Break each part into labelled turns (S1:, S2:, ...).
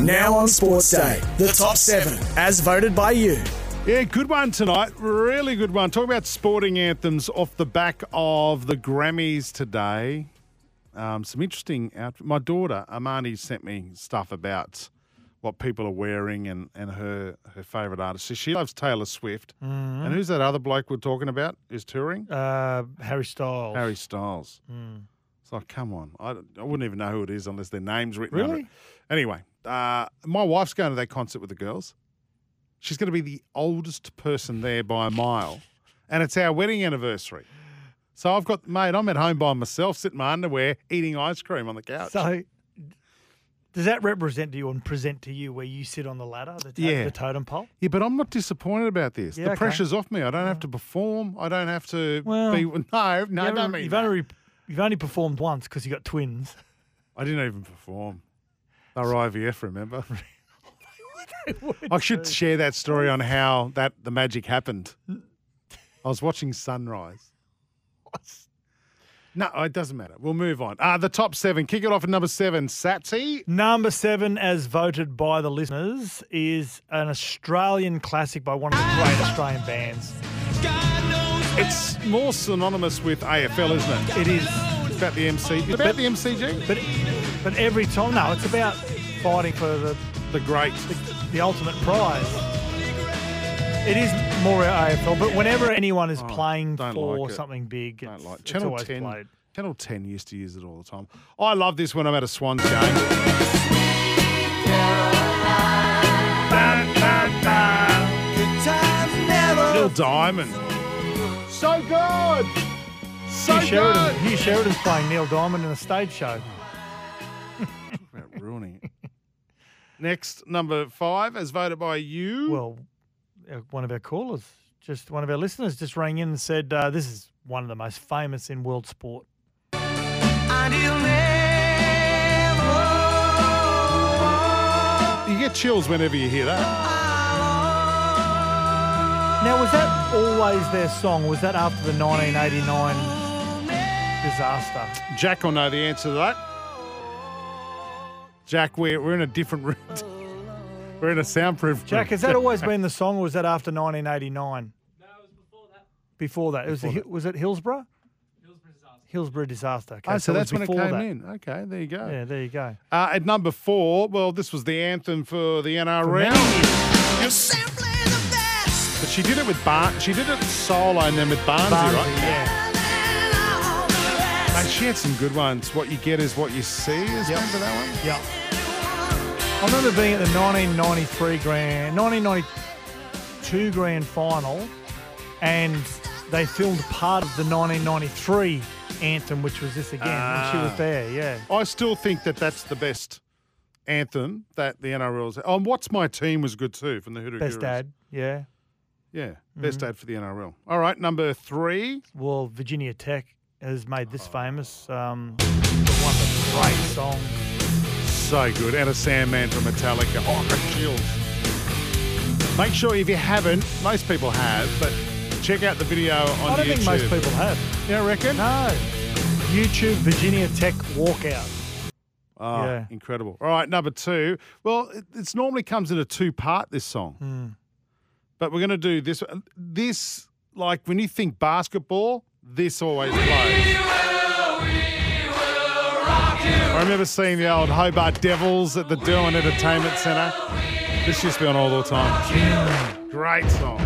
S1: Now on Sports Day, the top seven, as voted by you.
S2: Yeah, good one tonight. Really good one. Talk about sporting anthems off the back of the Grammys today. Um, some interesting. Out- My daughter Amani sent me stuff about what people are wearing and, and her her favorite artists. So she loves Taylor Swift. And who's that other bloke we're talking about? Is touring
S3: Uh, Harry Styles.
S2: Harry Styles.
S3: Mm.
S2: It's like, come on. I, don't- I wouldn't even know who it is unless their name's written. under
S3: Really?
S2: it. Anyway, uh, my wife's going to that concert with the girls. She's going to be the oldest person there by a mile. And it's our wedding anniversary. So I've got, mate, I'm at home by myself, sitting in my underwear, eating ice cream on the couch.
S3: So, does that represent to you and present to you where you sit on the ladder, the, to-
S2: Yeah.
S3: the totem pole?
S2: yeah, but I'm not disappointed about this.
S3: Yeah,
S2: the
S3: okay.
S2: pressure's off me. I don't have to perform. I don't have to
S3: Well,
S2: be. No, no,
S3: You
S2: don't
S3: haven't-
S2: mean
S3: you've
S2: that.
S3: only you've only performed once because you got twins.
S2: I didn't even perform. They were IVF, remember? I should share that story on how that the magic happened. I was watching sunrise. No, it doesn't matter. We'll move on. Uh, the top seven. Kick it off at number seven. Satsi.
S3: Number seven, as voted by the listeners, is an Australian classic by one of the great Australian bands.
S2: It's more synonymous with AFL, isn't it?
S3: It is,
S2: It's about the MC. It's about the MCG.
S3: but but every time, no, it's about fighting for the
S2: The great.
S3: the ultimate prize. It is more AFL, but whenever anyone is playing
S2: Oh, don't
S3: for
S2: like it.
S3: something big,
S2: Don't
S3: it's,
S2: like
S3: it's
S2: Channel
S3: always
S2: Ten.
S3: played.
S2: Channel Ten used to use it all the time. I love this when I'm at a Swans game. Little Diamond. So good. So
S3: Hugh Sheridan,
S2: good.
S3: Hugh Sheridan's playing Neil Diamond in a stage show.
S2: About ruining it. Next, number five, as voted by you.
S3: Well, uh, one of our callers, just one of our listeners, just rang in and said, uh, "This is one of the most famous in world sport."
S2: you get chills whenever you hear that.
S3: Now, was that always their song? Was that after the 1989 disaster?
S2: Jack will know the answer to that. Jack, we're, we're in a different room. We're in a soundproof
S3: Jack,
S2: room.
S3: has that always been the song, or was that after 1989? Before that, it was the, Hi- was it Hillsborough? Hillsborough disaster. Okay,
S2: Oh, so,
S3: it was
S2: that's when it came
S3: before that.
S2: in. Okay, there you go.
S3: Yeah, there you go.
S2: Uh, at number four, well, this was the anthem for the NRL. But she did it with Barn. She did it solo and then with Barnsey,
S3: Barnsley,
S2: right?
S3: yeah.
S2: Mate, she had some good ones. What you get is what you see. Is Remember that one?
S3: Yeah. I remember being at the 1993 grand, 1992 grand final, and they filmed part of the 1993 anthem, which was this again. and she
S2: Ah.
S3: was there, yeah.
S2: I still think that that's the best anthem that the NRL's. Oh, and what's my team was good too from the Hoodoo
S3: Best
S2: Gurus.
S3: dad, yeah.
S2: Yeah, best
S3: Mm-hmm.
S2: ad for the NRL. All right, number three.
S3: Well, Virginia Tech has made this famous. Um, one of the great song.
S2: So good. And a Sandman from Metallica. Oh, I got chills. Make sure if you haven't, most people have, but check out the video on
S3: I don't
S2: YouTube.
S3: think most people have.
S2: You don't reckon?
S3: No. YouTube Virginia Tech walkout.
S2: Oh,
S3: Yeah.
S2: incredible. All right, number two. Well, it it's normally comes in a two part, this song.
S3: Hmm.
S2: But we're going to do this. This, like, when you think basketball, this always plays. I remember seeing the old Hobart Devils at the Derwent Entertainment Centre. This used to be on all the time. Great song. So,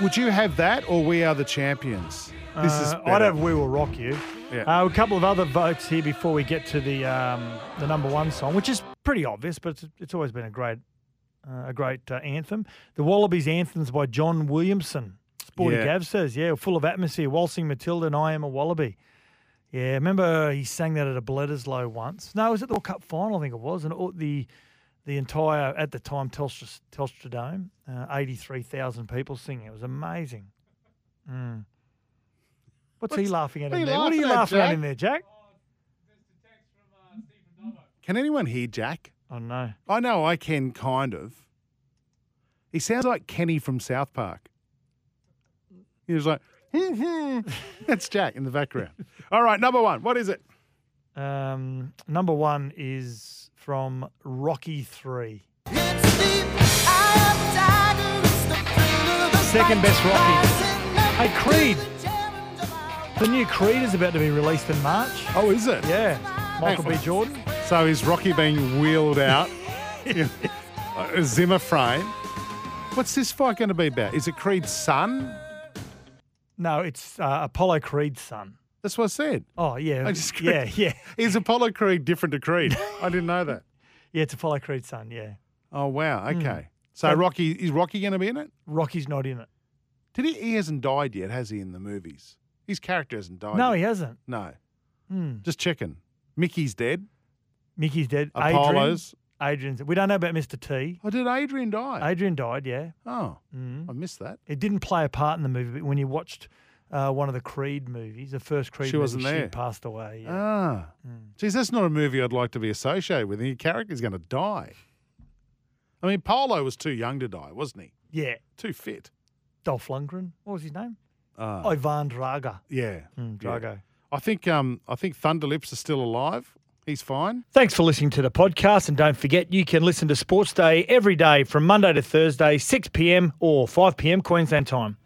S2: would you have that or We Are the Champions? This is
S3: Uh,
S2: better.
S3: I'd have We Will Rock You.
S2: Yeah.
S3: Uh, a couple of other votes here before we get to the um, the number one song, which is pretty obvious, but it's, it's always been a great uh, a great uh, anthem. The Wallabies anthems by John Williamson. Sporty
S2: Yeah.
S3: Gav says, yeah, full of atmosphere, waltzing Matilda and I am a Wallaby. Yeah, remember he sang that at a Bledisloe once. No, it was at the World Cup final, I think it was, and all- the the entire at the time Telstra Telstra Dome, uh, eighty three thousand people singing. It was amazing. Mm. What's, he laughing at
S2: what are you
S3: in there? What are you
S2: laughing at,
S3: laughing at
S2: Jack?
S3: in there, Jack?
S2: Can anyone hear Jack?
S3: Oh no.
S2: I know I can, kind of. He sounds like Kenny from South Park. He was like, that's Jack in the background. All right, number one. What is it?
S3: Um, number one is from Rocky Three.
S4: Second best Rocky.
S3: Hey, Creed. The new Creed is about to be released in March.
S2: Oh, is it?
S3: Yeah, Michael B.
S2: on.
S3: Jordan.
S2: So is Rocky being wheeled out? in a Zimmer frame. What's this fight going to be about? Is it Creed's son?
S3: No, it's uh, Apollo Creed's son.
S2: That's what I said.
S3: Oh yeah,
S2: I just
S3: yeah, yeah,
S2: Is Apollo Creed different to Creed? I didn't know that.
S3: yeah. It's Apollo Creed's son. Yeah,
S2: Oh wow. Okay. So Rocky is Rocky going to be in it?
S3: Rocky's not in it.
S2: Did he? He hasn't died yet, has he? In the movies, his character hasn't died.
S3: No,
S2: yet.
S3: he Hmm. hasn't.
S2: no. Just checking. Mickey's dead.
S3: Mickey's dead.
S2: Apollo's.
S3: Adrian, Adrian's. We don't know about Mr. T.
S2: Oh, did Adrian die?
S3: Adrian died. Yeah,
S2: oh,
S3: Mm.
S2: I missed that.
S3: it didn't play a part in the movie. But when you watched uh, one of the Creed movies, the first Creed,
S2: She
S3: movie,
S2: wasn't there.
S3: She passed away. Yeah. Mm.
S2: Ah, geez, that's not a movie I'd like to be associated with. Your character's going to die. I mean, Polo was too young to die, wasn't he?
S3: yeah,
S2: Too fit.
S3: Dolph Lundgren. What was his name?
S2: Ah.
S3: Ivan Draga.
S2: Yeah.
S3: Mm,
S2: Yeah.
S3: Oh. Drago.
S2: I think um, I think Thunderlips is still alive. He's fine.
S3: Thanks for listening to the podcast. And don't forget, you can listen to Sports Day every day from Monday to Thursday, 6 p.m. or 5 p.m. Queensland time.